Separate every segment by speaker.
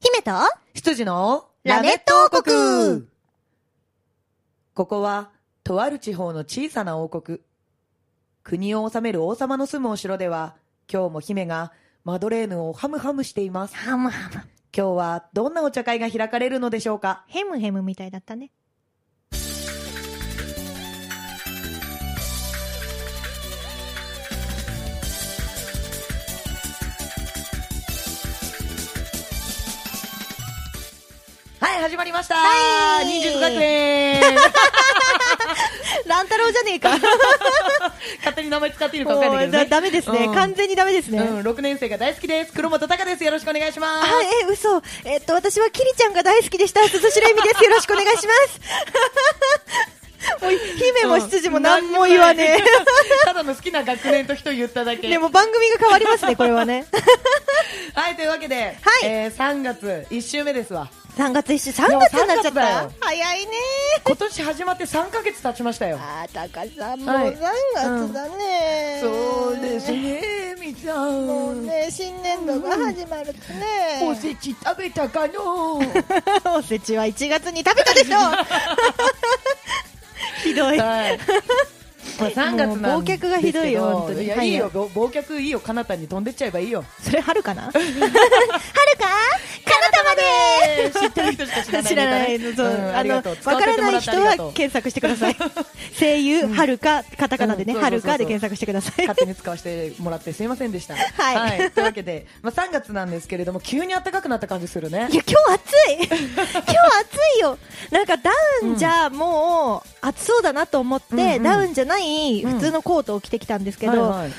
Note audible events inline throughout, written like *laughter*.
Speaker 1: 姫と
Speaker 2: 羊の
Speaker 1: ラネット王国
Speaker 2: ここは、とある地方の小さな王国。国を治める王様の住むお城では、今日も姫がマドレーヌをハムハムしています。
Speaker 1: ハムハム。
Speaker 2: 今日はどんなお茶会が開かれるのでしょうか
Speaker 1: ヘムヘムみたいだったね。
Speaker 2: はい、始まりました
Speaker 1: はい
Speaker 2: 忍術学園
Speaker 1: 乱太郎じゃねえか。
Speaker 2: *laughs* 勝手に名前使っているか分かんないけど
Speaker 1: だ
Speaker 2: ね。
Speaker 1: ダメですね、
Speaker 2: うん
Speaker 1: 完全にダメですね。
Speaker 2: うん、6年生が大好きです。黒本隆です。よろしくお願いします。
Speaker 1: はい、え、嘘。えっと、私はキリちゃんが大好きでした。鈴代恵美です。よろしくお願いします。もう、姫も執事も何も言わね
Speaker 2: うん。ただの好きな学年と人言っただ
Speaker 1: え。
Speaker 2: け。
Speaker 1: でも番組が変わりますね、これはね。
Speaker 2: はい、というわけで、
Speaker 1: い
Speaker 2: えー3月1週目ですわ。
Speaker 1: 3月1週、3月になっちゃ
Speaker 2: でも三月だ
Speaker 1: った
Speaker 2: よ。
Speaker 1: 早いね
Speaker 2: 今年始まって3ヶ月経ちましたよ。
Speaker 1: あー、たかさん、もう
Speaker 2: はい
Speaker 1: 3月だね、
Speaker 2: そうです。ね、みちゃん。
Speaker 1: もうね、新年度が始まるとね。
Speaker 2: おせち食べたか *laughs* の
Speaker 1: *laughs* おせちは1月に食べた
Speaker 2: *laughs*
Speaker 1: でしょひどい。
Speaker 2: はい。まあ3月なんですけど
Speaker 1: もう忘却がひどいよ本当に
Speaker 2: いや
Speaker 1: はい
Speaker 2: いいよ、ぼ忘却いいよ、かなたに飛んでっちゃえばいいよ。
Speaker 1: それ春
Speaker 2: *laughs*
Speaker 1: かな春かかなたまで
Speaker 2: 知ってる人しか *laughs* 知らない、
Speaker 1: 知らないの、そう
Speaker 2: うん
Speaker 1: あ
Speaker 2: あ
Speaker 1: の
Speaker 2: り
Speaker 1: わ
Speaker 2: がとう使わ
Speaker 1: か
Speaker 2: せ
Speaker 1: ら
Speaker 2: ても
Speaker 1: な
Speaker 2: ら
Speaker 1: い
Speaker 2: って
Speaker 1: 人
Speaker 2: ありが
Speaker 1: は
Speaker 2: とう
Speaker 1: 検索してく
Speaker 2: *laughs*
Speaker 1: ださい声優はるかカタカナでね
Speaker 2: うん
Speaker 1: はるかで
Speaker 2: そうそうそうそう
Speaker 1: 検索してください
Speaker 2: 勝手に使わせてもらってすいませんでした。
Speaker 1: はい
Speaker 2: というわけで、まあ、3月なんですけれども、急に暖かくなった感じするね
Speaker 1: い。や今日暑
Speaker 2: *laughs*
Speaker 1: い今日暑いよなんかダウンじゃもう暑そうだなと思って、
Speaker 2: うんうん
Speaker 1: ダウンじゃない普通のコートを着てきたんですけど、
Speaker 2: はいはい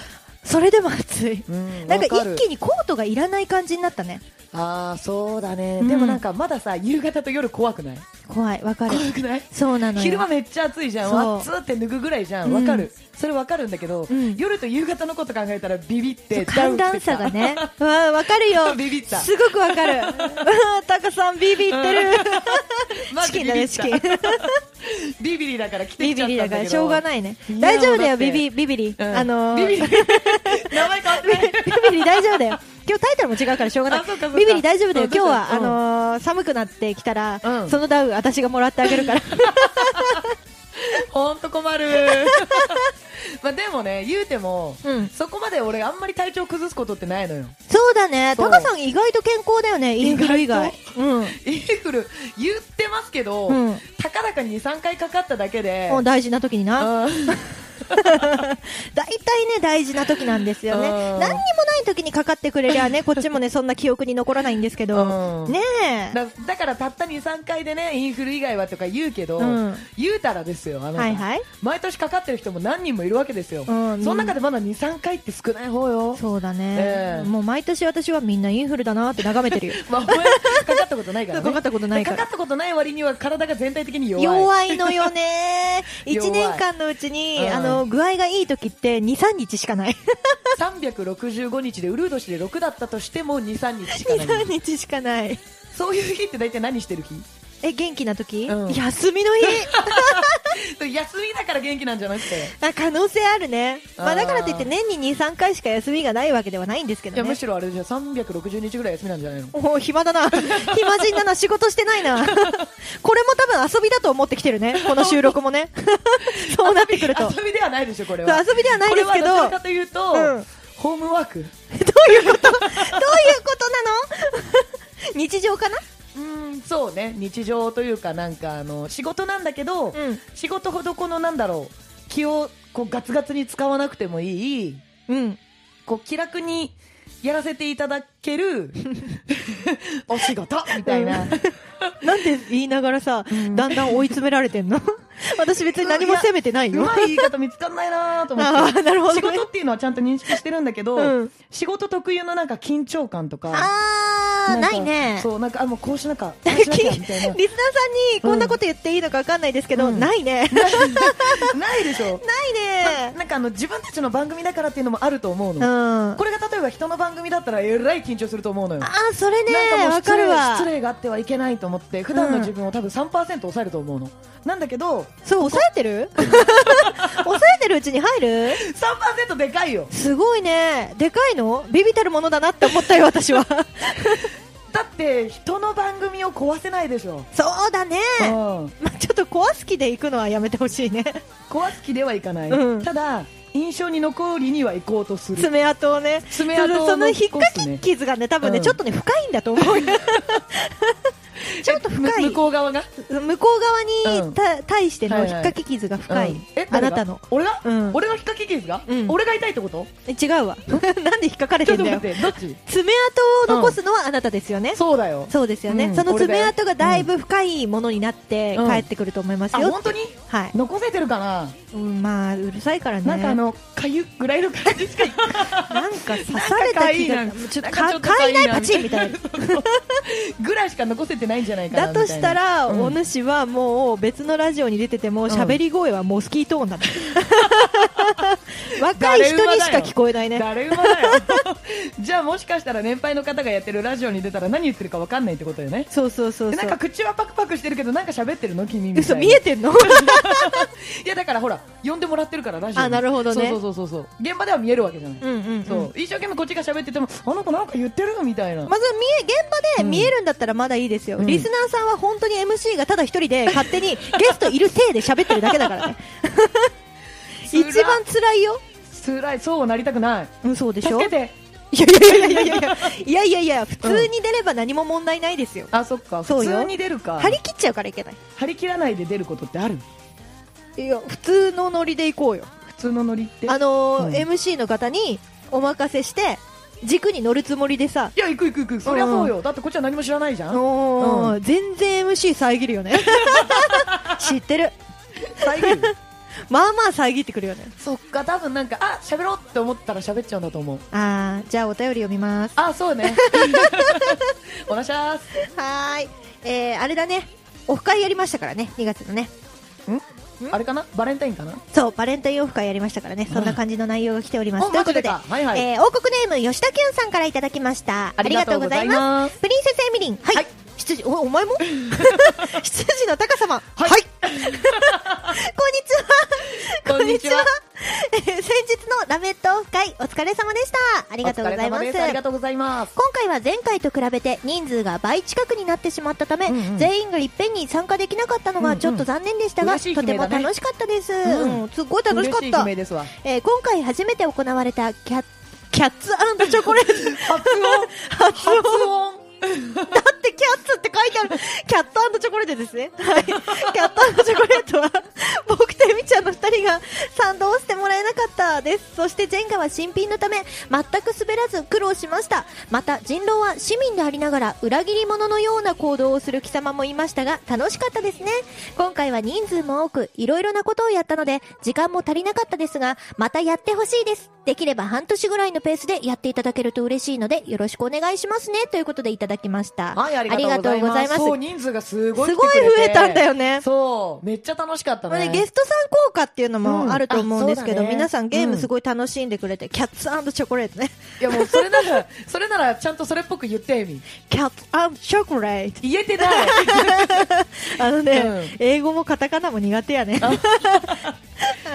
Speaker 1: それでも暑い、
Speaker 2: うん
Speaker 1: *laughs* なんか
Speaker 2: わる
Speaker 1: 一気にコートがいらない感じになったね
Speaker 2: ああそうだね、
Speaker 1: うん
Speaker 2: でもなんかまださ夕方と夜怖くない
Speaker 1: 怖いわかる
Speaker 2: 怖くない
Speaker 1: そうなのよ
Speaker 2: 昼間めっちゃ暑いじゃん
Speaker 1: そう
Speaker 2: わっつって脱ぐぐらいじゃん
Speaker 1: う
Speaker 2: わ
Speaker 1: ん
Speaker 2: かる、それわかるんだけど、
Speaker 1: うん
Speaker 2: 夜と夕方のこと考えたらビビってダウ
Speaker 1: 寒
Speaker 2: ン着て。
Speaker 1: 暖差がねわあ、わかるよ。
Speaker 2: *laughs* ビビった
Speaker 1: すごくわかる。うわあ、タカさんビビってる。
Speaker 2: *laughs*
Speaker 1: *laughs*
Speaker 2: マ
Speaker 1: チ
Speaker 2: ジ
Speaker 1: キン
Speaker 2: ビ
Speaker 1: だ
Speaker 2: ビ
Speaker 1: ね、
Speaker 2: っ
Speaker 1: チ
Speaker 2: た
Speaker 1: キン。
Speaker 2: ビビリだから着てき
Speaker 1: ビ
Speaker 2: ち
Speaker 1: ビ
Speaker 2: ゃったんだけ
Speaker 1: リだ
Speaker 2: ど
Speaker 1: からしょうがないね。
Speaker 2: いや
Speaker 1: 大丈夫だよ、
Speaker 2: だって
Speaker 1: ビビ、ビビリ。
Speaker 2: うん
Speaker 1: あのー、
Speaker 2: ビビリ *laughs* 名前変わってない
Speaker 1: *laughs* ビビリ大丈夫だよ。今日タイトルも違うからしょうがない
Speaker 2: あそうかそう。か
Speaker 1: ビビリ大丈夫だよ。
Speaker 2: そう
Speaker 1: 今日は、
Speaker 2: そうそ
Speaker 1: あ
Speaker 2: う
Speaker 1: のー、寒くなってきたら
Speaker 2: う、ん
Speaker 1: そのダウン私がもらってあげるから。
Speaker 2: ほんと困
Speaker 1: *laughs*
Speaker 2: るまあでもね言うても、
Speaker 1: うん
Speaker 2: そこまで俺あんまり体調崩すことってないのよ
Speaker 1: そうだね。
Speaker 2: そ
Speaker 1: タ
Speaker 2: う
Speaker 1: カさん意外と健康だよね、インフル以外
Speaker 2: 意。
Speaker 1: うん。
Speaker 2: インフル言ってますけど、
Speaker 1: うん
Speaker 2: たかだか23回かかっただけで、
Speaker 1: もう大事な時にな。
Speaker 2: うん
Speaker 1: 大体ね、大事な時なんですよね。
Speaker 2: うん
Speaker 1: 何にもない時にかかってくれりゃ
Speaker 2: *laughs*
Speaker 1: ね、こっちもね、そんな記憶に残らないんですけど。
Speaker 2: うん
Speaker 1: ねえ。
Speaker 2: だだからたった23回でねインフル以外はとか言うけど、
Speaker 1: うん
Speaker 2: 言うたらですよあの、
Speaker 1: はいはい。
Speaker 2: 毎年かかってる人も何人もいるわけですよ、
Speaker 1: うん
Speaker 2: その中でまだ23回って少ない方よ
Speaker 1: そうだ
Speaker 2: え
Speaker 1: ね。
Speaker 2: え
Speaker 1: もう毎年私はみんなインフルだなって眺めてるよ。
Speaker 2: まあ、お前かかったことないから、ね、
Speaker 1: *laughs* かかったことないから
Speaker 2: かかったことない割には体が全体的に弱い
Speaker 1: 弱いのよね。
Speaker 2: *laughs* 弱い
Speaker 1: 1年間のうちに、
Speaker 2: うん
Speaker 1: あの、具合がいい時って2、3日しかない。
Speaker 2: 365日でウルー年で6だったとしても23日しか
Speaker 1: 2、
Speaker 2: ない
Speaker 1: *laughs* 3日しかない。
Speaker 2: そういう日って大体何してる日
Speaker 1: え、元気な時
Speaker 2: うん
Speaker 1: 休みの日
Speaker 2: 休みだから元気なんじゃなくて
Speaker 1: あ可能性あるね。まあ
Speaker 2: あー
Speaker 1: だからといって年に2、3回しか休みがないわけではないんですけ
Speaker 2: いや
Speaker 1: ど
Speaker 2: む
Speaker 1: ね。
Speaker 2: しろあれじゃ360日ぐらい休みなんじゃないの
Speaker 1: おお
Speaker 2: *laughs*
Speaker 1: 暇だな暇人だな仕事してないなこれも多分遊びだと思ってきてるねこの収録
Speaker 2: *laughs*
Speaker 1: もねそうなってくると
Speaker 2: 遊びではないでしょこれは
Speaker 1: そう遊びではないですけど
Speaker 2: これはどちら
Speaker 1: ど
Speaker 2: かというと、
Speaker 1: うん
Speaker 2: ホームワーク
Speaker 1: ういうことどういうことなの日常かな
Speaker 2: うんそうね日常というかなんかあの仕事なんだけど、
Speaker 1: うん
Speaker 2: 仕事ほどこのなんだろう気をこうガツガツに使わなくてもいい
Speaker 1: うん
Speaker 2: こう気楽にやらせていただけ
Speaker 1: *laughs*
Speaker 2: るお仕事みたいな、
Speaker 1: うんなんで言いながらさ、
Speaker 2: ん
Speaker 1: だんだん追い詰められて
Speaker 2: *laughs*
Speaker 1: んの私別に何も責めてないよ
Speaker 2: うまい言い方見つかんないなと思って
Speaker 1: ああなるほど、
Speaker 2: 仕
Speaker 1: ね、
Speaker 2: 事っていうのはちゃんと認識してるんだけど、
Speaker 1: うん *laughs*
Speaker 2: 仕事特有のなんか緊張感とか
Speaker 1: ああー
Speaker 2: んか
Speaker 1: ないね
Speaker 2: そうなんかあもうこうしなきゃこうしなきゃみたいな
Speaker 1: *laughs* リスナーさんにこんなこと言っていいのかわかんないですけど、
Speaker 2: うん
Speaker 1: な
Speaker 2: *laughs*
Speaker 1: いね。
Speaker 2: ないでしょ
Speaker 1: ないね。
Speaker 2: なんかあの自分たちの番組だからっていうのもあると *laughs* 思う
Speaker 1: うん。
Speaker 2: の、
Speaker 1: あ
Speaker 2: これが例えば人の番組だったらえらい緊張すると思うのよ
Speaker 1: ー、それね
Speaker 2: なんかも、う
Speaker 1: わ
Speaker 2: 失
Speaker 1: かる
Speaker 2: 礼
Speaker 1: わ。
Speaker 2: 失礼があってはいけないと思って普段の自分を多分3%抑えると思うの、なんだけど
Speaker 1: そう、抑え
Speaker 2: *laughs*
Speaker 1: てる抑えてるうちに入る
Speaker 2: 3%でかいよ
Speaker 1: すごいね。でかいのビビたるものだなって思ったよ、私
Speaker 2: *laughs*
Speaker 1: は。
Speaker 2: だって人の番組を壊せないでしょ、
Speaker 1: そうだね。
Speaker 2: うん、
Speaker 1: まあ、ちょっと壊す気で行くのはやめてほしいね。
Speaker 2: 壊す気ではいかない、
Speaker 1: うん
Speaker 2: ただ印象に残りには行こうとする
Speaker 1: 爪痕をね。
Speaker 2: 爪痕を
Speaker 1: そのその引っ
Speaker 2: 残
Speaker 1: か
Speaker 2: すね
Speaker 1: き傷がね、多分ね、
Speaker 2: うん
Speaker 1: ちょっとね、深いんだ
Speaker 2: *laughs*
Speaker 1: と思うよ。ちょっと深
Speaker 2: む
Speaker 1: い。
Speaker 2: 向こう側が
Speaker 1: 向こう側
Speaker 2: うん
Speaker 1: にた、対して
Speaker 2: はい
Speaker 1: の
Speaker 2: はい
Speaker 1: 引っかき傷が深い、
Speaker 2: うんえ
Speaker 1: あ
Speaker 2: 誰が
Speaker 1: なたの
Speaker 2: 俺が、
Speaker 1: うん
Speaker 2: 俺の引っ掛け傷が、
Speaker 1: うん
Speaker 2: 俺が痛いってこと
Speaker 1: え違うわ *laughs* なんで引っかかれ
Speaker 2: ちょ
Speaker 1: て
Speaker 2: っ
Speaker 1: ん
Speaker 2: と待
Speaker 1: だ
Speaker 2: っ
Speaker 1: よ
Speaker 2: てどっち
Speaker 1: 爪痕を残すのはあなたですよね、
Speaker 2: そうだよ
Speaker 1: そうですよね、
Speaker 2: うん
Speaker 1: その
Speaker 2: 俺だ
Speaker 1: 爪
Speaker 2: よ
Speaker 1: 痕がだいぶ深いものになって
Speaker 2: うん
Speaker 1: 帰ってくると思います
Speaker 2: あ
Speaker 1: よ、
Speaker 2: 本当に
Speaker 1: はい、
Speaker 2: 残せてるかな、
Speaker 1: うん、まあうるさいからね
Speaker 2: なんかあのかゆぐらいの感じしか *laughs*
Speaker 1: なんか刺された気が
Speaker 2: なんかいいななんかち
Speaker 1: ちょっと
Speaker 2: ょ
Speaker 1: か
Speaker 2: っとか
Speaker 1: か
Speaker 2: い
Speaker 1: い
Speaker 2: いな
Speaker 1: ないパチンみたいな
Speaker 2: ぐらいしか残せてないんじゃないかな
Speaker 1: だとしたら、
Speaker 2: みたいな
Speaker 1: お
Speaker 2: うん
Speaker 1: 主はもう別のラジオに出てても
Speaker 2: ん
Speaker 1: 喋り声はモスキートー
Speaker 2: *laughs*
Speaker 1: ンだね若い人にしか聞こえないね
Speaker 2: 誰馬だよ *laughs* じゃあもしかしたら年配の方がやってるラジオに出たら何言ってるかわかんないってことよね
Speaker 1: そうそうそう
Speaker 2: で
Speaker 1: そ
Speaker 2: な
Speaker 1: う
Speaker 2: か
Speaker 1: ん
Speaker 2: 口はパクパクしてるけどなんか喋ってるの君みたいな
Speaker 1: 嘘見えてんの
Speaker 2: いやだからほら呼んでもらってるからラジオに
Speaker 1: あなるほどね
Speaker 2: そうそうそうそう現場では見えるわけじゃない、
Speaker 1: うんうん、うん、
Speaker 2: そう一生懸命こっちが喋っててもあの子なんか言ってるのみたいな、
Speaker 1: まず見え現場
Speaker 2: う
Speaker 1: で
Speaker 2: ん
Speaker 1: 見えるんだったらまだいいですよ、
Speaker 2: うん
Speaker 1: リスナーさんは本当に MC がただ一人 *laughs* で勝手にゲストいる体で喋ってるだけだから *laughs* ね一番辛いよ、
Speaker 2: 辛いそうはなりたくない
Speaker 1: うん、そうでし
Speaker 2: 助
Speaker 1: ょ
Speaker 2: けて
Speaker 1: いやいやいやいやいやいやいやいや普通に出れば何も問題ないですよ、
Speaker 2: あそっか
Speaker 1: そ
Speaker 2: 普
Speaker 1: うよ
Speaker 2: 通に出るか
Speaker 1: 張り切っちゃうからいけない
Speaker 2: 張り切らないで出ることってある
Speaker 1: いや普通のノリで行こうよ
Speaker 2: 普通のノリって
Speaker 1: あのー
Speaker 2: うん
Speaker 1: MC の方にお任せして軸に乗るつもりでさ
Speaker 2: いや行く行く行くそりゃそうよ、だってこっちは何も知らないじゃん
Speaker 1: おー全然 MC 遮るよ *laughs* ね知ってる
Speaker 2: 遮る
Speaker 1: まあまあ遮ってくるよね
Speaker 2: そっか多分なんかあ喋ろうって思ったら喋っちゃうんだと思う
Speaker 1: あーじゃあお便り読みます
Speaker 2: *laughs* あそう *laughs* ねおなしゃーす
Speaker 1: はーいえー、あれだねオフ会やりましたからね2月のね
Speaker 2: あれかなバレンタインかな
Speaker 1: そうバレンタインオフ会やりましたからねそんな感じの内容が来ております
Speaker 2: お
Speaker 1: という
Speaker 2: マジ
Speaker 1: こと
Speaker 2: で
Speaker 1: で、
Speaker 2: かはいはい
Speaker 1: えー王国ネーム吉田きゅんさんからいただきましたありがとうございま
Speaker 2: ま
Speaker 1: す
Speaker 2: す
Speaker 1: プリンセスエミリンはい、
Speaker 2: はい
Speaker 1: 羊おお前 *laughs* も羊の高様
Speaker 2: はい
Speaker 1: *laughs* こんにちは
Speaker 2: こんにちは
Speaker 1: えー先日のラメットオフ会お疲れ様でしたありがとうございま
Speaker 2: お疲れ様ですありがとうございます
Speaker 1: 今回は前回と比べて人数が倍近くになってしまったため、
Speaker 2: うんうん
Speaker 1: 全員がいっぺんに参加できなかったの
Speaker 2: うんう
Speaker 1: が
Speaker 2: ん
Speaker 1: ちょっと残念でしたが、
Speaker 2: 嬉しい悲
Speaker 1: とて
Speaker 2: 鳴
Speaker 1: も
Speaker 2: だね
Speaker 1: 楽しかったです、
Speaker 2: う
Speaker 1: うんんすごい楽しか
Speaker 2: 嬉しい
Speaker 1: っ
Speaker 2: 悲
Speaker 1: た
Speaker 2: 鳴ですわ
Speaker 1: えー今回初めて行われたキャキャッツチョ
Speaker 2: *laughs*
Speaker 1: コレート
Speaker 2: 発音発
Speaker 1: *laughs*
Speaker 2: 音
Speaker 1: だってキャッツって書いてあるキャットチョコレートですねはいキャットチョコレートは僕とエミちゃんの2人が賛同してもらえなかったですそしてジェンガは新品のため全く滑らず苦労しましたまた人狼は市民でありながら裏切り者のような行動をする貴様もいましたが楽しかったですね今回は人数も多くいろいろなことをやったので時間も足りなかったですがまたやってほしいですできれば半年ぐらいのペースでやっていただけると嬉しいのでよろしくお願いしますねということでいただきました
Speaker 2: はいありがとうございます
Speaker 1: す
Speaker 2: そう人数がすごい
Speaker 1: す
Speaker 2: 来
Speaker 1: ご
Speaker 2: て
Speaker 1: い
Speaker 2: くれて
Speaker 1: 増えたんだよね。
Speaker 2: そうめっちゃ楽しかった
Speaker 1: まあ
Speaker 2: ね
Speaker 1: ね、ゲストさん効果っていうの
Speaker 2: うん
Speaker 1: もあると思うんですけ
Speaker 2: あ
Speaker 1: ど、
Speaker 2: そうだね
Speaker 1: 皆さんゲームすごい楽しんでくれて、キャッツチョコレートね。 *laughs*
Speaker 2: いやもうそれならそれならちゃんとそれっぽく言ってエミ
Speaker 1: キャッツチョコレート。 *laughs*
Speaker 2: 言えてない
Speaker 1: あのね、
Speaker 2: うん
Speaker 1: 英語もカタカナも苦手やね。 *laughs* あ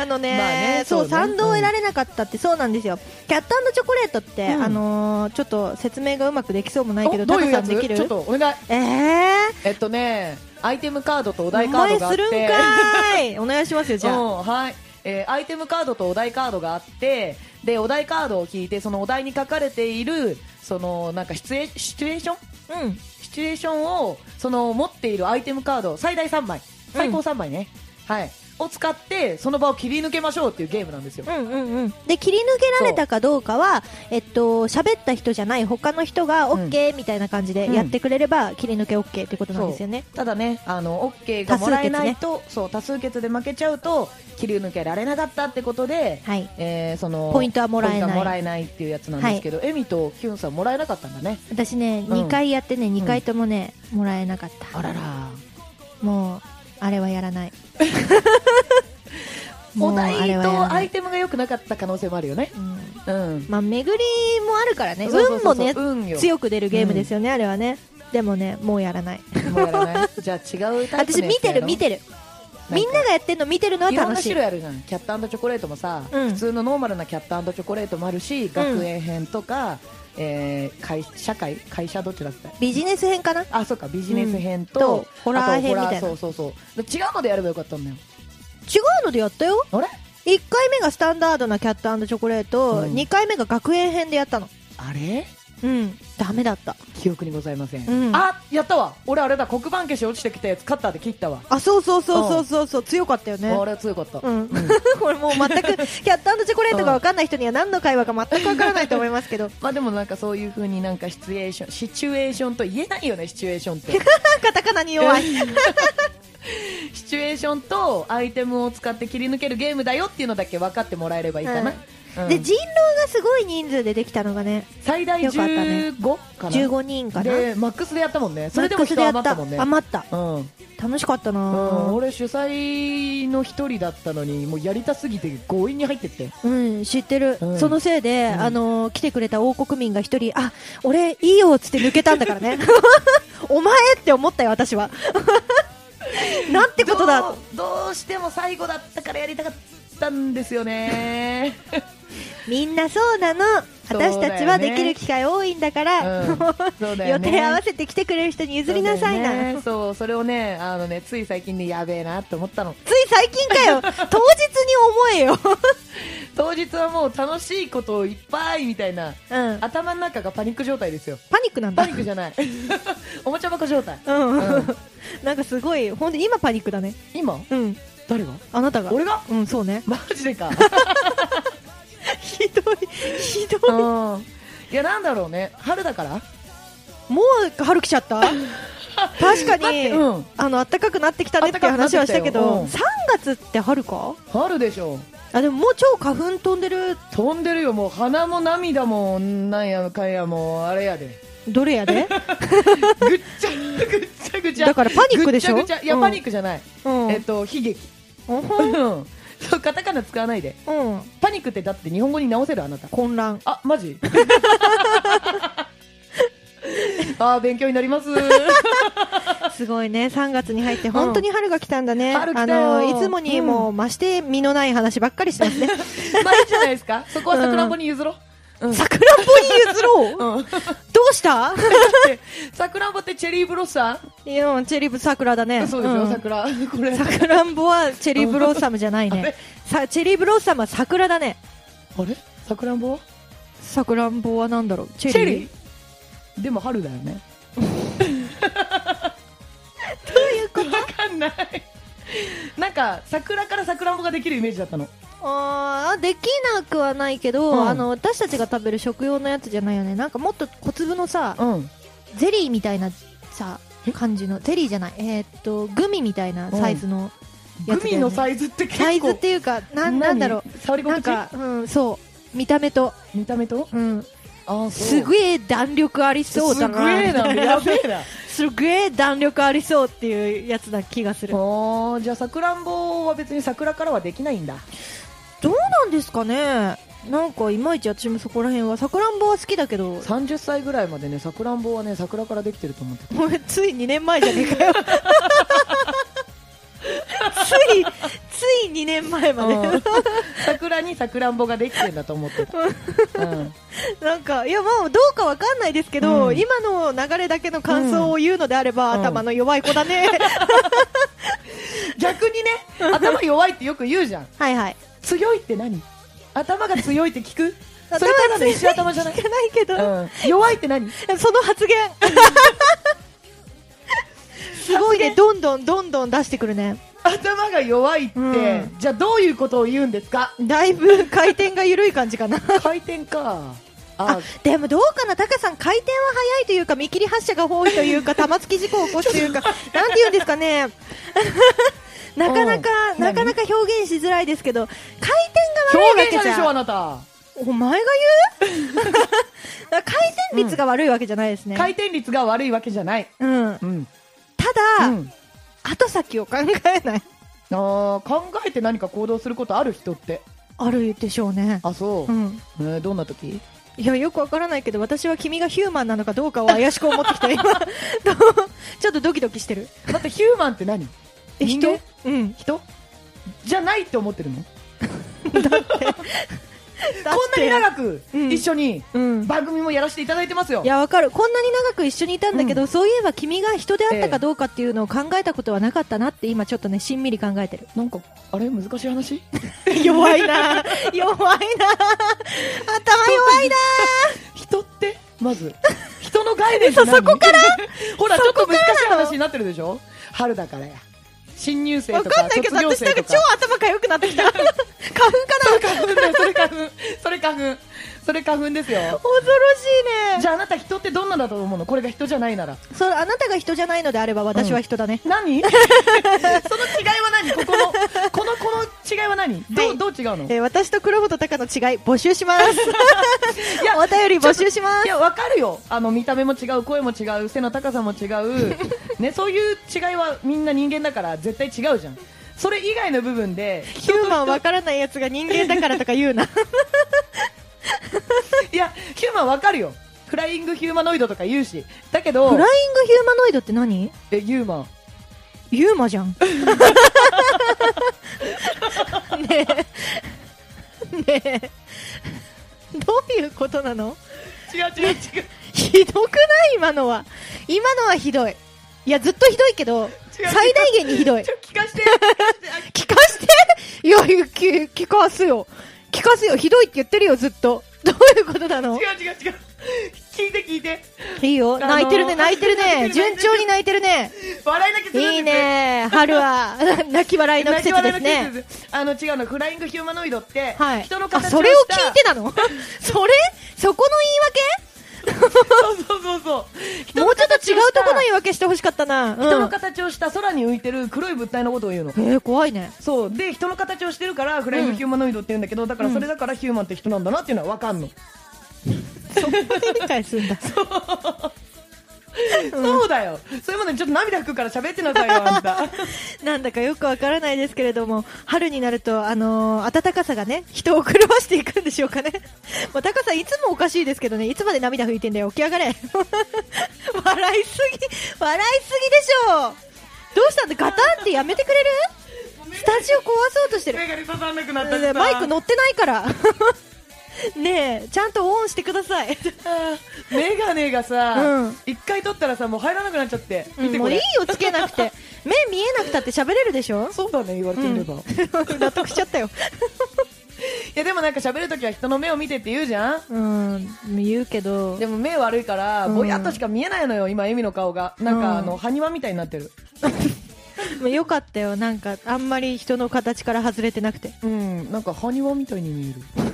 Speaker 1: のね,、
Speaker 2: まあね
Speaker 1: そう
Speaker 2: そうね
Speaker 1: 賛同を得られなかったってそうなんですよ、キャッツチョコレートって、
Speaker 2: うん
Speaker 1: あのーちょっと説明がうまくできそうもないけど、
Speaker 2: おどういうやつ
Speaker 1: タカさんできる
Speaker 2: ちょっとお願い
Speaker 1: えー、
Speaker 2: えっとねアイテムカードとお
Speaker 1: お
Speaker 2: 題カードがあって
Speaker 1: するんかーい、お願いしますよ、じゃあ、
Speaker 2: うん、はい。えーアイテムカードとお題カードがあって、で、お題カードを聞いて、そのお題に書かれている、その、なんかシチュエ、シチュエーション
Speaker 1: うん、
Speaker 2: シチュエーションを、その、持っているアイテムカード、最大3枚。最高3枚ね。はい。を使ってその場を切り抜けましょうっていうゲームなんですよ
Speaker 1: うんうんうん、で切り抜けられたかどうかは、えっと喋った人じゃない他の人が
Speaker 2: うん
Speaker 1: OK みたいな感じで
Speaker 2: うん
Speaker 1: やってくれれば、切り抜け OK ってことなんですよね。
Speaker 2: ただねあの OK がもらえないとそう多数決で負けちゃうと切り抜けられなかったってことで、
Speaker 1: はい、
Speaker 2: えーその
Speaker 1: ポイントはもらえ
Speaker 2: ポイントはも
Speaker 1: な
Speaker 2: ら
Speaker 1: い
Speaker 2: えないっていうやつなんですけど、エミとキュンさんもらえなかったんだね
Speaker 1: 私ね、
Speaker 2: うん
Speaker 1: 二2回やってね2回ともね、もらえなかった
Speaker 2: あらら
Speaker 1: もうあれはやらない
Speaker 2: *laughs* お
Speaker 1: もうあ
Speaker 2: 題
Speaker 1: れはやら
Speaker 2: と
Speaker 1: な
Speaker 2: ア
Speaker 1: い
Speaker 2: イテムが良くなかった可能性もあるよね
Speaker 1: うん *laughs*
Speaker 2: うん
Speaker 1: まあ、巡りもあるからね
Speaker 2: そうそう
Speaker 1: 運
Speaker 2: そ
Speaker 1: も
Speaker 2: うそう
Speaker 1: ね
Speaker 2: 運よ
Speaker 1: 強く出るゲームですよね、あれはねでもねもうやらない
Speaker 2: もうやらないじゃあ違うタイプ
Speaker 1: 私
Speaker 2: のや
Speaker 1: 見
Speaker 2: つや
Speaker 1: て
Speaker 2: ろ
Speaker 1: る見てる
Speaker 2: か
Speaker 1: みんながやってるの見てるのはい
Speaker 2: ろん
Speaker 1: 楽
Speaker 2: な
Speaker 1: しい
Speaker 2: 種類あるじゃんキャットチョコレートもさ、
Speaker 1: うん
Speaker 2: 普通のノーマルなキャットチョコレートもあるし、学園編とか、えー会社会会社どっちだった
Speaker 1: ビジネス編かな
Speaker 2: あそうかビジネス編と,、
Speaker 1: うんとホラー編みたいな
Speaker 2: あとホラーそうそうそうで違うのでやればよかったんだよ
Speaker 1: 違うのでやったよ
Speaker 2: あれ
Speaker 1: 1回目がスタンダードなキャットチョコレート、
Speaker 2: うん
Speaker 1: 2回目が学園編でやったの
Speaker 2: あれ
Speaker 1: うんダメだった
Speaker 2: 記憶にございません、
Speaker 1: うん
Speaker 2: あやったわ俺あれだ黒板消し落ちてきたやつカッターで切ったわ、
Speaker 1: あそうそうそうそうそうそう強かったよね
Speaker 2: あれは強かった、
Speaker 1: う
Speaker 2: う
Speaker 1: ん
Speaker 2: ん
Speaker 1: *laughs* これもう全くキャットチョコレートが分かんない人には何の会話か全く分からないと思いますけ
Speaker 2: *laughs*
Speaker 1: ど
Speaker 2: まあでもなんかそういう風になんかシチュエーションシチュエーションと言えないよねシチュエーションって
Speaker 1: *laughs* カタカナに弱い
Speaker 2: シチュエーションとアイテムを使って切り抜けるゲームだよっていうのだけ分かってもらえればいいかな、うん
Speaker 1: で人狼がすごい人数でできたのがね
Speaker 2: 最大
Speaker 1: よかったね
Speaker 2: 15かな
Speaker 1: 15人かな
Speaker 2: でマックスでやったもんねそれでも
Speaker 1: マックス
Speaker 2: 人余ったもんね
Speaker 1: 余った
Speaker 2: うん
Speaker 1: 楽しかった
Speaker 2: う、
Speaker 1: なん
Speaker 2: 俺主催の一人だったのにもうやりたすぎて強引に入ってって
Speaker 1: うん、知ってる、
Speaker 2: うん
Speaker 1: そのせいで、
Speaker 2: うん
Speaker 1: あのー来てくれた王国民が一人あ俺いいよっつって抜けたんだか
Speaker 2: *laughs*
Speaker 1: らねお前って思ったよ私はなんてこと
Speaker 2: ど
Speaker 1: だ
Speaker 2: うどうしても最後だったからやりたかったんですよね
Speaker 1: みんなそうなの
Speaker 2: そうだよ
Speaker 1: 私
Speaker 2: ね
Speaker 1: たちはできる機会多いんだか
Speaker 2: う
Speaker 1: ら、
Speaker 2: んそうだよ
Speaker 1: 予
Speaker 2: ね
Speaker 1: 定合わせて来てくれる人に *laughs* 譲りなさい
Speaker 2: *laughs*
Speaker 1: な、
Speaker 2: そうだよねそうそれをねあのねつい最近でやべえなと思ったの
Speaker 1: つい最近か
Speaker 2: *laughs*
Speaker 1: よ当日に思
Speaker 2: 当日はもう楽しいことをいっぱいみたいな
Speaker 1: えよ、うん、パ
Speaker 2: 頭の中がパニック状態
Speaker 1: *laughs*
Speaker 2: ですよ
Speaker 1: ニックなんだ
Speaker 2: パニックじゃない *laughs* おもちゃ箱状態
Speaker 1: うん、
Speaker 2: うん
Speaker 1: *laughs* なんかすごい本当に今パニックだね
Speaker 2: 今
Speaker 1: うん
Speaker 2: 誰が
Speaker 1: あなたが
Speaker 2: 俺が
Speaker 1: うんそう
Speaker 2: *laughs*
Speaker 1: ね
Speaker 2: マジで
Speaker 1: *laughs*
Speaker 2: か
Speaker 1: ひどいひどい
Speaker 2: うんいやなんだろうね春だから
Speaker 1: もう春来ちゃった
Speaker 2: *laughs*
Speaker 1: 確か
Speaker 2: だって
Speaker 1: に、
Speaker 2: うん
Speaker 1: あの暖かくなってきたねっていう
Speaker 2: 暖かくなってきた
Speaker 1: 話
Speaker 2: よ
Speaker 1: はしたけど、
Speaker 2: うん
Speaker 1: 3月って春か
Speaker 2: 春でしょ
Speaker 1: あでももう超花粉飛んでる
Speaker 2: 飛んでるよもう鼻も涙もなんやかんやもうあれやで
Speaker 1: どれ
Speaker 2: *laughs*
Speaker 1: やで
Speaker 2: ぐっちゃぐっちゃぐちゃ
Speaker 1: だからパニックでしょ
Speaker 2: ぐっちゃぐちゃいや、
Speaker 1: うん
Speaker 2: パニックじゃない、
Speaker 1: うん
Speaker 2: えっと悲劇
Speaker 1: うん
Speaker 2: う
Speaker 1: ほ
Speaker 2: ん
Speaker 1: ん
Speaker 2: そうカタカナ使わないで
Speaker 1: うん
Speaker 2: パニックってだって日本語に直せるあなた
Speaker 1: 混乱
Speaker 2: あマ
Speaker 1: *laughs*
Speaker 2: ジあー勉強になります
Speaker 1: すごいね3月に入って本当に春が来たんだね、
Speaker 2: 春来
Speaker 1: あ
Speaker 2: たよ
Speaker 1: のいつもにもう増して身のない話ばっかりしてますね
Speaker 2: まあいいじゃないですかそこは桜んぼに譲ろう、うん
Speaker 1: 桜っぽに譲ろう、ど
Speaker 2: うん、
Speaker 1: うした *laughs*
Speaker 2: 桜んぼってチェリーブロッサ
Speaker 1: いやうんチェリブ桜だね
Speaker 2: ムそうでしょ、
Speaker 1: ん
Speaker 2: 桜これあ
Speaker 1: 桜んぼはチェリーブロッサムじゃない
Speaker 2: あ
Speaker 1: ね
Speaker 2: れ
Speaker 1: さチェリーブロッサムは桜だね
Speaker 2: れ桜んぼは
Speaker 1: さくらんぼはなんだろうチ
Speaker 2: チ
Speaker 1: ェリー
Speaker 2: ェリーでも春だよね
Speaker 1: どういうこ
Speaker 2: わかんないなんか桜から桜んぼができるイメージだったの
Speaker 1: とあーできなくはないけど、
Speaker 2: うん
Speaker 1: あの私たちが食べる食用のやつじゃないよねなんかもっと小粒のさ
Speaker 2: うん
Speaker 1: ゼリーみたいなさ感じのゼリーじゃないえーっとグミみたいなサイズのや
Speaker 2: グ
Speaker 1: つだよ
Speaker 2: ミ
Speaker 1: ね
Speaker 2: のサイズって結構
Speaker 1: サイズっていうかな
Speaker 2: 何
Speaker 1: んなんだろ
Speaker 2: 触り
Speaker 1: うな
Speaker 2: 心
Speaker 1: ん
Speaker 2: 地
Speaker 1: か、うん、そう見た目と、
Speaker 2: 見た目と
Speaker 1: うん、
Speaker 2: ああ
Speaker 1: す
Speaker 2: い
Speaker 1: げえ弾力ありそうだな
Speaker 2: すげえな *laughs* やべえな
Speaker 1: すげえ弾力ありそうっていうやつな気がするど
Speaker 2: おーじゃあさくらんぼは別に桜からはできないんだ
Speaker 1: うなんですかねなんかいまいち私もそこら辺はさくらんぼは好きだけど
Speaker 2: 30歳ぐらいまでねさくらんぼはね桜からできてると思ってた
Speaker 1: お前つい2年前じゃねえかよついつい2年前まで、
Speaker 2: うん桜にさくらんぼができてんだと思ってた、うん、
Speaker 1: なんかいやもうどうかわかんないですけど、
Speaker 2: うん
Speaker 1: 今の流れだけの感想を言うのであれば、
Speaker 2: うん
Speaker 1: 頭の弱い子だね
Speaker 2: 逆にね *laughs* 頭弱いってよく言うじゃん
Speaker 1: はいはい
Speaker 2: 強いって何頭が強いって聞く *laughs*
Speaker 1: 頭
Speaker 2: それただの石頭じゃない
Speaker 1: 聞、かないけど、
Speaker 2: うん、弱いって *laughs* 何
Speaker 1: その発 *laughs* 言すごいねどんどんどんどん出してくるね
Speaker 2: 頭が弱いって、
Speaker 1: うん
Speaker 2: じゃあどういうことを言うんですか
Speaker 1: だいぶ回転が緩い感じかな。
Speaker 2: 回転かあ
Speaker 1: あでもどうかな、タカさん、回転は速いというか、見切り発車が多いというか、玉突き事故を起こすというか、なんて言うんですかね、なかなか、
Speaker 2: うん
Speaker 1: なかなか表現しづらいですけど、回転が悪
Speaker 2: 表
Speaker 1: い
Speaker 2: 現
Speaker 1: わ
Speaker 2: 者
Speaker 1: け
Speaker 2: で
Speaker 1: じ
Speaker 2: しょ
Speaker 1: ゃ
Speaker 2: あ
Speaker 1: ん、
Speaker 2: なた
Speaker 1: お前が言う *laughs* 回転率が悪いわけじゃないですね、
Speaker 2: 回転率が悪いわけじゃない
Speaker 1: うん、
Speaker 2: うん
Speaker 1: ただ、
Speaker 2: うん
Speaker 1: 後先を考えない、
Speaker 2: あー考えて何か行動することある人って
Speaker 1: あるでしょうね。
Speaker 2: あそう
Speaker 1: う、ん
Speaker 2: えーどんな時
Speaker 1: いやよくわからないけど私は君がヒューマンなのかどうかを怪しく思ってきた
Speaker 2: *laughs*
Speaker 1: 今どうちょっとドキドキしてる
Speaker 2: だってヒューマンって何
Speaker 1: え
Speaker 2: 人間
Speaker 1: 人うん
Speaker 2: 人じゃないって思ってるのこん
Speaker 1: こ
Speaker 2: なに長く
Speaker 1: うん
Speaker 2: 一緒に
Speaker 1: うん、
Speaker 2: 番組もやらせていただいてますよ
Speaker 1: いやわかるこんなに長く一緒にいたんだけど、そういえば君が人であったかどうかっていうのを考えたことはなかったなって今ちょっとねしんみり考え
Speaker 2: *laughs*
Speaker 1: てる
Speaker 2: なんかあれ難しい話 *laughs*
Speaker 1: 弱いな弱いな頭弱いな
Speaker 2: 人ってまず
Speaker 1: *laughs*
Speaker 2: 人の概念って何
Speaker 1: 嘘そこから
Speaker 2: *laughs* ほらちょっと難しい話になってるでしょ春だからや新入生
Speaker 1: わ
Speaker 2: と
Speaker 1: か
Speaker 2: か
Speaker 1: んないけ
Speaker 2: 卒業
Speaker 1: ど
Speaker 2: 生
Speaker 1: 私なん
Speaker 2: と
Speaker 1: か
Speaker 2: か
Speaker 1: 超頭が良く
Speaker 2: *laughs*
Speaker 1: なってきた花粉かな
Speaker 2: それ花粉だよそれ花粉それ花粉それ花粉ですよ
Speaker 1: 恐ろしい
Speaker 2: *laughs*
Speaker 1: ね
Speaker 2: じゃああなた人ってどんなだと思うのこれが人じゃないなら
Speaker 1: それあなたが人じゃないのであれば私は人だね、
Speaker 2: 何 *laughs* その違いは何ここのこのこの違いは何ど
Speaker 1: は
Speaker 2: う
Speaker 1: い
Speaker 2: どう違うの
Speaker 1: えー私と黒本高の違い募集
Speaker 2: *laughs*
Speaker 1: します
Speaker 2: いや
Speaker 1: お便り募集しま
Speaker 2: い
Speaker 1: す
Speaker 2: や、わかるよ。あの、見た目も違う、声も違う、背の高さも違 *laughs* う。ね、そういう違いはみんな人間だから絶対違うじゃん。それ以外の部分 *laughs* で、
Speaker 1: ヒューマンわからないやつが人間だからとか言うな
Speaker 2: いや、ヒューマンわかるよ。フライングヒューマノイドとか言うし。だけど、
Speaker 1: フライングヒューマノイドって何
Speaker 2: え、ユーマン。
Speaker 1: ユー
Speaker 2: *laughs*
Speaker 1: マじゃん。ねえ。ねえ。どういうことなの
Speaker 2: 違う違う違う。
Speaker 1: ひどくない今のは。今のはひどい。いや、ずっとひどいけど、
Speaker 2: 違う
Speaker 1: 最大限にひどい
Speaker 2: ち。ょ、聞か *laughs* して。
Speaker 1: 聞かしていや、ゆき聞かすよ。聞かすよ。ひどいって言ってるよ、ずっと。どういうことなの
Speaker 2: 違う違う違う。聞いて聞いて。
Speaker 1: いいよ。
Speaker 2: あのー
Speaker 1: 泣いてるね、泣いてるね。順調に泣いてるね。
Speaker 2: 笑い泣きするんです
Speaker 1: いいね。春は、 *laughs* 泣き笑いの季節ですね。
Speaker 2: 泣き笑いの季節ですあの違うのフライングヒューマノイドって、
Speaker 1: はい、
Speaker 2: 人の形
Speaker 1: あ
Speaker 2: をした
Speaker 1: それを聞いてなの *laughs* それそこの言い
Speaker 2: そ
Speaker 1: 訳
Speaker 2: うそうそうそう人の
Speaker 1: もうちょっと違うとこの
Speaker 2: 形をし
Speaker 1: 言い訳してほしかったな、うん
Speaker 2: た人の形をした空に浮いてる黒い物体のことを言うの
Speaker 1: えー、怖いね
Speaker 2: そうで人の形をしてるからフライングヒューマノイドって言うんだけどだからそれだからヒューマンって人なんだなっていうのは分かん
Speaker 1: *laughs*
Speaker 2: の、
Speaker 1: 理解すんだ
Speaker 2: そうだよそれまでにちょっと涙拭くから喋ってなさいよあんた
Speaker 1: *laughs* なんだかよくわからないですけれども春になると、あのー暖かさがね人を狂わしていくんでしょうかね *laughs* もう高さんいつもおかしいですけどねいつまで涙拭いてんだよ起き上がれ *laughs* 笑いすぎ笑いすぎでしょどうしたんだガタンってやめてくれるスタジオ壊そうとしてる
Speaker 2: 目が刺さんなくなった
Speaker 1: ねマイク乗ってないから *laughs* ねえちゃんとオンしてください
Speaker 2: あーメガネが
Speaker 1: う
Speaker 2: さ
Speaker 1: ん
Speaker 2: 一、回取ったらさもう入らなくなっちゃって *laughs* 見て
Speaker 1: も
Speaker 2: こ
Speaker 1: うい
Speaker 2: れ、
Speaker 1: いよつけなくて目見えなくたって喋れるでしょ *laughs*
Speaker 2: そうだね言われてみれば、 *laughs* い
Speaker 1: 納得しちゃったよ
Speaker 2: やでもなんか喋るときは人の目を見てって言うじゃん
Speaker 1: うん言うけど
Speaker 2: でも目悪いから、
Speaker 1: うん
Speaker 2: ぼやっとしか見えないのよ、今、エミの顔が。なん
Speaker 1: うん
Speaker 2: か、あの、埴輪みたいになってる。
Speaker 1: もよかったよなんかあんまり人の形から外れてなくて
Speaker 2: うん、なんか埴輪みたいに見える。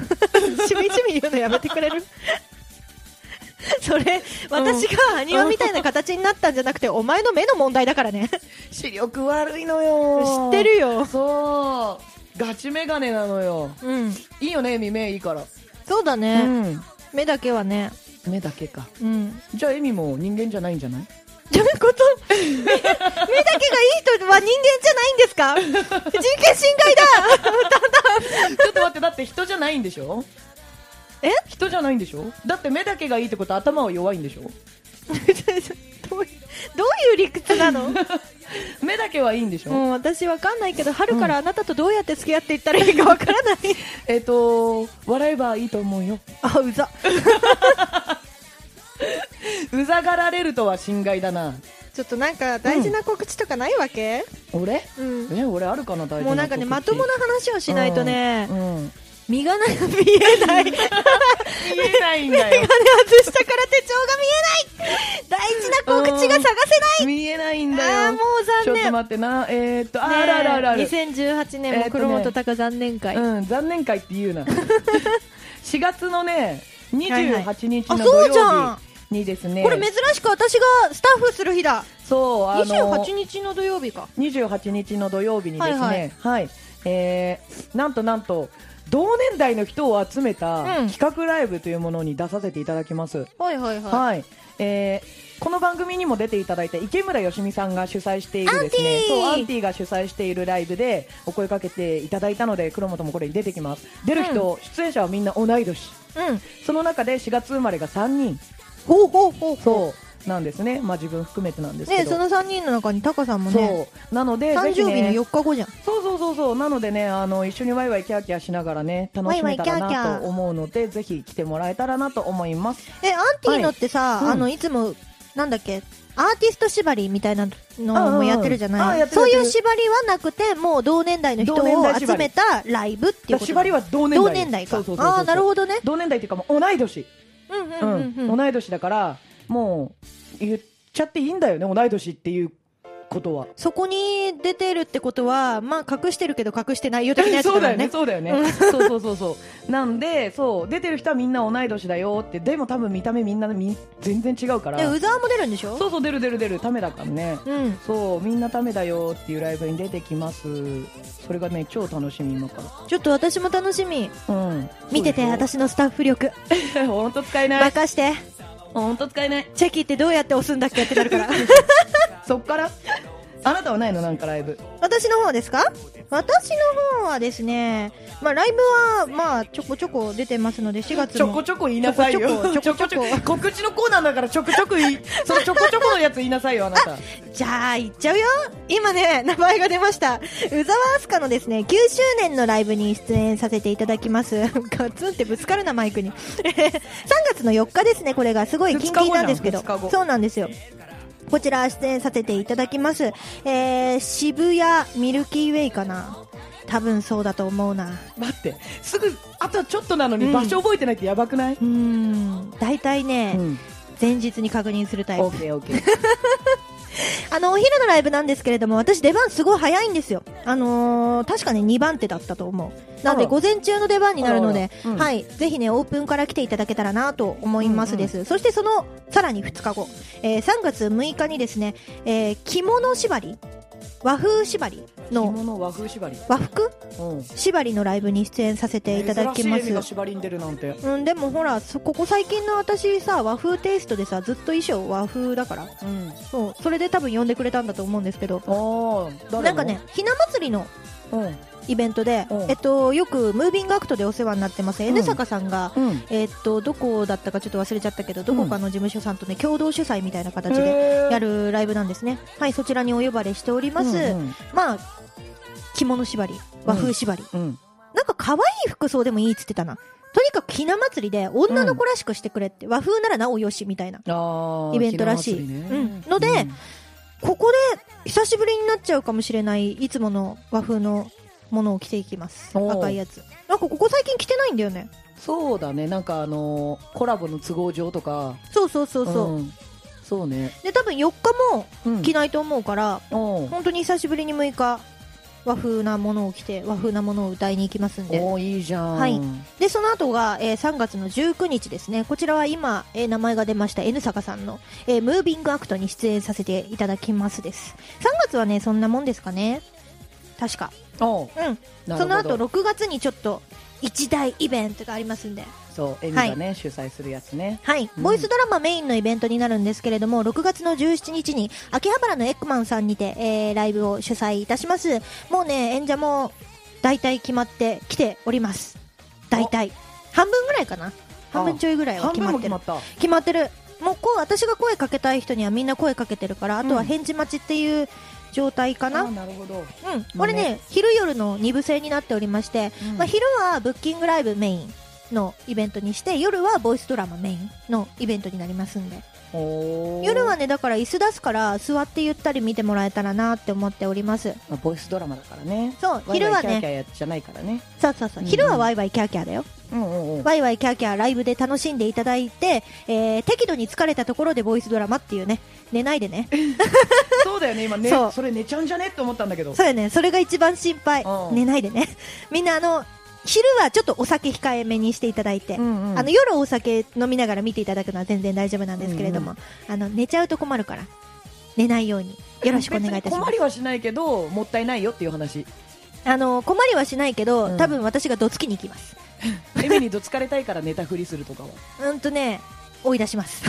Speaker 1: しみじみ言うのやめてくれ *laughs* るそれ私が埴輪みたいな形になったんじゃなくてお前の目の問題だからね
Speaker 2: 視力悪いのよ。
Speaker 1: 知ってるよ
Speaker 2: そう。ガチメガネなのよ。
Speaker 1: うん
Speaker 2: いいよね、エミ、目いいから。
Speaker 1: そうだ
Speaker 2: う
Speaker 1: ね、
Speaker 2: ん。
Speaker 1: 目だけはね
Speaker 2: 目だけか。
Speaker 1: うん
Speaker 2: じゃあ、エミも人間じゃないんじゃ *laughs* ない
Speaker 1: どういう *laughs* こと目目だけがいい人は人間じゃないんですか人権侵害だ *laughs*
Speaker 2: ちょっと待って、だって人じゃないんでしょ
Speaker 1: え
Speaker 2: 人じゃないんでしょだって目だけがいいってことは頭は弱いんでしょ
Speaker 1: どういどういう理屈なの
Speaker 2: 目だけはいいんでしょ、
Speaker 1: もう私わかんないけど春からあなたとどうやって付き合っていったらいいかわからない
Speaker 2: えっ、と、笑えばいいと思うよ。
Speaker 1: あうざ
Speaker 2: うざがられるとは侵害だな。
Speaker 1: ちょっとなんか大事な告知とかないわけ、
Speaker 2: 俺
Speaker 1: うん
Speaker 2: え俺あるかな大事な
Speaker 1: もうなんかねまともな話をし
Speaker 2: し
Speaker 1: ないとね、
Speaker 2: うんうん
Speaker 1: 身がな見えない眼鏡
Speaker 2: 見えないんだ
Speaker 1: *laughs*
Speaker 2: よ
Speaker 1: 外したから手帳が見えない大事な告知が探せない
Speaker 2: 見えないんだ
Speaker 1: あ
Speaker 2: よ
Speaker 1: ーもう残念
Speaker 2: と待ってな。えーっと、あ
Speaker 1: ねえ
Speaker 2: あるあるあるある。
Speaker 1: 2018
Speaker 2: え
Speaker 1: 年
Speaker 2: ーっと
Speaker 1: も
Speaker 2: ね
Speaker 1: 黒本鷹残念会、
Speaker 2: うん、残念会って言うな。4月のね、28日
Speaker 1: はいはい
Speaker 2: の
Speaker 1: あ
Speaker 2: 土
Speaker 1: そうじゃ
Speaker 2: 曜
Speaker 1: ん
Speaker 2: 日にですね、
Speaker 1: これ珍しく私がスタッフする日だ
Speaker 2: そう、あの
Speaker 1: 28、日の土曜日か
Speaker 2: 28日の土曜日にですね、は
Speaker 1: はいい、
Speaker 2: えーなんとなんと、同年代の人を集めた
Speaker 1: うん
Speaker 2: 企画ライブというものに出させていただきます。
Speaker 1: はいはいはい
Speaker 2: はい、えーこの番組にも出ていただいた池村よしみさんが主催しているですね
Speaker 1: アンティー
Speaker 2: そうアンティが主催しているライブでお声かけていただいたので黒本もこれに出てきます出る人、出演者はみんな同い年
Speaker 1: うん
Speaker 2: その中で4月生まれが3人
Speaker 1: ほうほうほうほ
Speaker 2: そうなんですね、まあ、自分含めてなんで
Speaker 1: う
Speaker 2: すけ
Speaker 1: ね
Speaker 2: ど、
Speaker 1: その3人の中にタカさんもね
Speaker 2: そうなので
Speaker 1: 誕生日の
Speaker 2: ぜひね
Speaker 1: 4日後じゃん
Speaker 2: そうそうそうそうなのでねあの一緒にワイワイキャーキャーしながらね楽しめたら
Speaker 1: ワイワイキャー
Speaker 2: な
Speaker 1: キャ
Speaker 2: と
Speaker 1: ー
Speaker 2: 思うのでぜひ来てもらえたらなと思います
Speaker 1: えアンティーノってさ、
Speaker 2: はいうん
Speaker 1: あのいつもなんだっけアーティスト縛りみたいな
Speaker 2: あうん
Speaker 1: の
Speaker 2: う
Speaker 1: も
Speaker 2: ん
Speaker 1: やってるじゃ
Speaker 2: あ
Speaker 1: ない、
Speaker 2: やってる
Speaker 1: そうい
Speaker 2: やっ
Speaker 1: う
Speaker 2: てる
Speaker 1: 縛りはなくてもう同年代の人
Speaker 2: 同年代
Speaker 1: を
Speaker 2: 縛り
Speaker 1: 集めたライブっていうこと
Speaker 2: 縛りは同年代
Speaker 1: 同年代か
Speaker 2: そうそうそうそう
Speaker 1: ああーなるほどね
Speaker 2: 同年代っていうかもう同い年
Speaker 1: うんう
Speaker 2: うん
Speaker 1: うんんうん
Speaker 2: 同い年だからもう言っちゃっていいんだよね同い年っていうことは。
Speaker 1: そこに出てるってことはまあ隠してるけど隠してないよ的なやつだ
Speaker 2: そう
Speaker 1: か
Speaker 2: だ
Speaker 1: ら
Speaker 2: よね、
Speaker 1: ね
Speaker 2: *laughs* そうだよね。そうそうそうそう。なんで、そう、出てる人はみんな同い年だよって、でも多分見た目みんなみ全然違うから。
Speaker 1: で、うざわも出るんでしょ
Speaker 2: そうそう、出る出る出る、ためだからね。
Speaker 1: うん。
Speaker 2: そう、みんなためだよっていうライブに出てきます。それがね、超楽しみ今か
Speaker 1: ちょっと私も楽しみ。
Speaker 2: ら。うん。
Speaker 1: 見てて、
Speaker 2: そうでし
Speaker 1: 私のスタッフ力。
Speaker 2: ょ。 *laughs* 本当使えない。
Speaker 1: 任して。
Speaker 2: 本当使えない。
Speaker 1: チェキってどうやって押すんだっけってなるから。
Speaker 2: そっから。あなたはないのなんかライブ。
Speaker 1: 私の方ですか私の方はですね、まあライブは、まあちょこちょこ出てますので、4月
Speaker 2: ちょこ
Speaker 1: も。
Speaker 2: ちょこ言いなさいよ。
Speaker 1: ちょこちょこちょこちょこ
Speaker 2: 告知のコーナーだからちょくちょく
Speaker 1: *laughs*
Speaker 2: 言い、そのちょこちょこのやつ言いなさいよ、あなた。
Speaker 1: じゃあ、行っちゃうよ今ね、名前が出ました。宇沢明日香のですね、9周年のライブに出演させていただきます。ガツンってぶつかるな、マイクに。3月の4日ですね、これが。すごいキンキンなんですけど
Speaker 2: 二日後じゃん二日後。
Speaker 1: そうなんですよ。こちら出演させていただきます。えー、渋谷ミルキーウェイかな多分そうだと思うな。
Speaker 2: 待って、すぐ、あとちょっとなのに
Speaker 1: うん
Speaker 2: 場所覚えてないってやばくない、
Speaker 1: うーん、大体ね、
Speaker 2: ん。
Speaker 1: 前日に確認するタイプ
Speaker 2: オ。ッケーオッケー。
Speaker 1: あの、お昼のライブなんですけれども、私出番すごい早いんですよ。あのー確かね、2番手だったと思う。な
Speaker 2: あ
Speaker 1: ので、
Speaker 2: ら
Speaker 1: 午前中の出番になるので
Speaker 2: あらあらうん、
Speaker 1: はい、ぜひね、オープンから来ていただけたらなと思いますです。そして、その、さらに2日後、えー3月6日にですね、えー着物縛り和風縛り
Speaker 2: 着
Speaker 1: の、
Speaker 2: 物和風縛り。
Speaker 1: 和服
Speaker 2: うん。
Speaker 1: 縛りのライブに出演させていただきま
Speaker 2: 珍しい絵が
Speaker 1: す。
Speaker 2: 縛りに出るなんて。
Speaker 1: うん、でもほら、そここ最近の私さ、和風テイストでさ、ずっと衣装和風だから、
Speaker 2: うん。
Speaker 1: そう、それで多分呼んでくれたんだと思うんですけど、
Speaker 2: ああ、誰の
Speaker 1: なんかね、、ひな祭りの
Speaker 2: うん。
Speaker 1: イベントで
Speaker 2: うん、
Speaker 1: えっと、よくムービングアクトでお世話になってます、
Speaker 2: ん
Speaker 1: N 坂さんが、
Speaker 2: うん。
Speaker 1: えっと、どこだったかちょっと忘れちゃったけど、どこかの事務所さんとね、共同主催みたいな形でや
Speaker 2: る
Speaker 1: るライブなんですね。はい、そちらにお呼ばれしております。
Speaker 2: うん
Speaker 1: まあ、着物縛り、和風縛り。
Speaker 2: うん。うん
Speaker 1: なんか可愛い服装でもいいっつってたな。とにかくひな祭りで女の子らしくしてくれって、和風ならなおよしみたいな。
Speaker 2: あー
Speaker 1: イベントらしい
Speaker 2: ひな祭りね
Speaker 1: うんのでここで久しぶりになっちゃうかもしれないいつもの和風のものを着ていきます
Speaker 2: おー
Speaker 1: 赤いやつなんかここ最近着てないんだよね
Speaker 2: そうだね、なんかあのー、コラボの都合上とか。
Speaker 1: そうそうそうそう、
Speaker 2: うんそうね。
Speaker 1: で多分4日も
Speaker 2: うん
Speaker 1: 着ないと思うから、
Speaker 2: おー
Speaker 1: 本当に久しぶりに6日和風なものを着て和風なものを歌いに行きますんで
Speaker 2: おーいいじゃん。
Speaker 1: はいでその後が、えー3月の19日ですねこちらは今、えー名前が出ました N 坂さんの、えームービングアクトに出演させていただきますです3月はねそんなもんですかね確か
Speaker 2: おー
Speaker 1: うん
Speaker 2: なる
Speaker 1: そ
Speaker 2: ほ
Speaker 1: の
Speaker 2: ど
Speaker 1: 後6月にちょっと一大イベントがありますんで、
Speaker 2: そう、エミがね、主催するやつね。
Speaker 1: はい、
Speaker 2: うん
Speaker 1: ボイスドラマメインのイベントになるんですけれども、6月の17日に秋葉原のエッグマンさんにて、えーライブを主催いたします。もうね、演者も大体決まってきております。大体。半分ぐらいかな半分ちょいぐらいは
Speaker 2: 半
Speaker 1: 決
Speaker 2: 分
Speaker 1: まっ
Speaker 2: も
Speaker 1: て
Speaker 2: 決
Speaker 1: る
Speaker 2: ま。った。
Speaker 1: 決まってる。もうこう、私が声かけたい人にはみんな声かけてるから、あとは返事待ちっていう状態かな。
Speaker 2: あーなるほど。
Speaker 1: うん、これね、昼夜の2部制になっておりまして、
Speaker 2: うん
Speaker 1: まあ、昼はブッキングライブメイン、のイベントにして夜はボイスドラマメインのイベントになりますんで
Speaker 2: おー
Speaker 1: 夜はねだから椅子出すから座ってゆったり見てもらえたらなって思っております
Speaker 2: まあボイスドラマだからね
Speaker 1: そう昼
Speaker 2: ワ
Speaker 1: は
Speaker 2: イワイキャーキャ
Speaker 1: ね
Speaker 2: ーやじゃないからね
Speaker 1: そうそうそ
Speaker 2: う
Speaker 1: う
Speaker 2: んうん
Speaker 1: 昼はワイワイキャーキャーだよ
Speaker 2: うんうん
Speaker 1: *laughs*
Speaker 2: うん
Speaker 1: ワイワイキャーキャーライブで楽しんでいただいて、えー適度に疲れたところでボイスドラマっていうね寝ないでね
Speaker 2: そうだよね今ね
Speaker 1: そう
Speaker 2: それ寝ちゃうんじゃねって思ったんだけど
Speaker 1: そうやねそれが一番心配
Speaker 2: うん
Speaker 1: 寝ないでねみんなあの昼はちょっとお酒控えめにしていただいて、
Speaker 2: うんうん
Speaker 1: あの夜お酒飲みながら見ていただくのは全然大丈夫なんですけれども、あの寝ちゃうと困るから寝ないようによろしくお願いいたしま
Speaker 2: 別に困
Speaker 1: す
Speaker 2: りはしないけどもったいないよっていう話
Speaker 1: あの困りはしないけど、
Speaker 2: うん
Speaker 1: 多分私がどつきに行きます
Speaker 2: エミリーど疲れたいから寝たふりする
Speaker 1: *laughs*
Speaker 2: とかは
Speaker 1: うんとね追い出します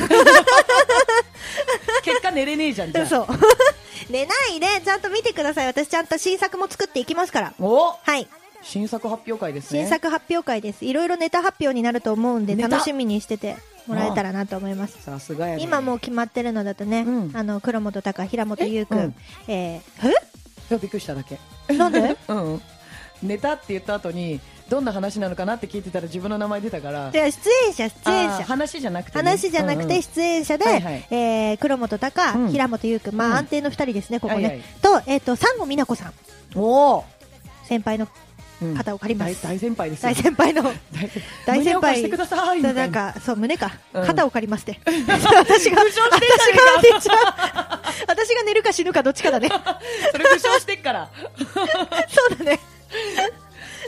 Speaker 2: 結果寝れねえじゃんじゃあ
Speaker 1: そう *laughs* 寝ないでちゃんと見てください私ちゃんと新作も作っていきますから
Speaker 2: お
Speaker 1: はい
Speaker 2: 新作発表会ですね
Speaker 1: 新作発表会ですいろいろネタ発表になると思うんで
Speaker 2: ネタ
Speaker 1: 楽しみにしててもらえたらなと思います
Speaker 2: さすがやね
Speaker 1: 今もう決まってるのだとね、
Speaker 2: うん
Speaker 1: あの黒本隆平本優君
Speaker 2: え
Speaker 1: え,、
Speaker 2: うん
Speaker 1: え
Speaker 2: いやびっくりしただけ
Speaker 1: ーなんで
Speaker 2: うん寝たって言った後にどんな話なのかなって聞いてたら自分の名前出たから
Speaker 1: *laughs* じゃあ出演者出演
Speaker 2: あー
Speaker 1: 者
Speaker 2: 話じゃなくてね、
Speaker 1: 話じゃなく
Speaker 2: うんう
Speaker 1: て
Speaker 2: ん
Speaker 1: 出演者で、
Speaker 2: はいはい
Speaker 1: えー黒本隆、
Speaker 2: うん
Speaker 1: 平本優君、まあ
Speaker 2: うん
Speaker 1: 安定の2人ですね、ここね、
Speaker 2: はいはい
Speaker 1: と,、えー、と珊瑚美奈子さん、
Speaker 2: おお、
Speaker 1: 先輩の
Speaker 2: うん
Speaker 1: 肩を借りま
Speaker 2: 大
Speaker 1: す、
Speaker 2: 大先輩ですよ
Speaker 1: 大先輩の、大
Speaker 2: 胸
Speaker 1: 先
Speaker 2: を貸
Speaker 1: 輩
Speaker 2: してくださいみたい
Speaker 1: なんかそう胸か、
Speaker 2: うん
Speaker 1: 肩を借りますって、 *laughs* 私が、私が *laughs* 寝ちゃう、私が寝るか死ぬかどっちか
Speaker 2: *laughs*
Speaker 1: だね、
Speaker 2: それ負傷してっ
Speaker 1: *laughs*
Speaker 2: から
Speaker 1: そうだね、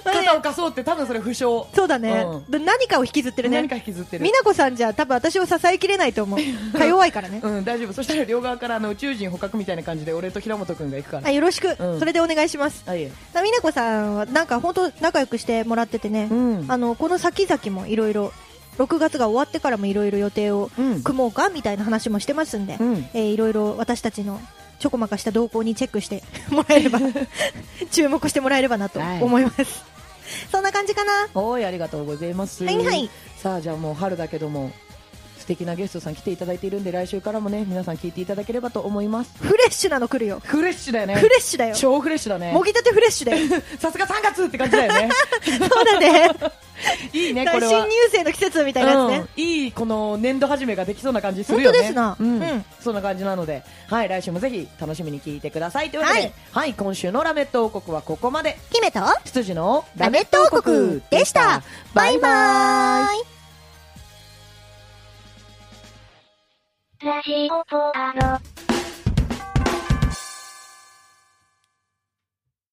Speaker 2: 肩を貸そうって多分それ負傷
Speaker 1: そうだね、
Speaker 2: うん
Speaker 1: ぶ何かを引きずってるね
Speaker 2: 何、か引きずってる
Speaker 1: 美奈子さんじゃ多分私を支えきれないと
Speaker 2: *laughs*
Speaker 1: 思う、か弱いからね、
Speaker 2: うん大丈夫そしたら両側からあの宇宙人捕獲みたいな感じで俺と平本君が行くから
Speaker 1: あよろしく、
Speaker 2: うん
Speaker 1: それでお願いします。
Speaker 2: あいえ
Speaker 1: 美奈子さんはなんか本当仲良くしてもらっててね、
Speaker 2: うん
Speaker 1: あのこの先々もいろいろ6月が終わってからもいろいろ予定を
Speaker 2: うん
Speaker 1: 組もうかみたいな話もしてますんで
Speaker 2: うん
Speaker 1: いろいろ私たちのちょこまかした動向にチェックして *laughs* もらえれ
Speaker 2: *laughs*
Speaker 1: ば注目してもらえればなと
Speaker 2: はい
Speaker 1: 思います、そんな感じかな
Speaker 2: おいありがとうございます
Speaker 1: はいはい
Speaker 2: さあじゃあもう春だけども素敵なゲストさん来ていただいているんで来週からもね皆さん聞いていただければと思います
Speaker 1: フレッシュなの来るよ
Speaker 2: フレッシュだよね
Speaker 1: フレッシュだよ
Speaker 2: 超フレッシュだね
Speaker 1: もぎたてフレッシュだよ
Speaker 2: *laughs* さすが3月って感じだ
Speaker 1: *laughs*
Speaker 2: よね
Speaker 1: そうだね
Speaker 2: いいねこ
Speaker 1: 新
Speaker 2: れ
Speaker 1: 入
Speaker 2: は
Speaker 1: 生の季節みたいなやつね、
Speaker 2: うん、いいこの年度始めができそうな感じするよね
Speaker 1: 本当ですな
Speaker 2: うん
Speaker 1: うん
Speaker 2: そんな感じなので、はい、来週もぜひ楽しみに聞いてくださいというわけで、は
Speaker 1: はいい
Speaker 2: 今週の「ラメット王国」はここまで
Speaker 1: 姫と
Speaker 2: 羊の
Speaker 1: ラメット王国でした
Speaker 2: バ
Speaker 1: バ
Speaker 2: イバーイ
Speaker 1: イバーイ
Speaker 3: ラジオポアド。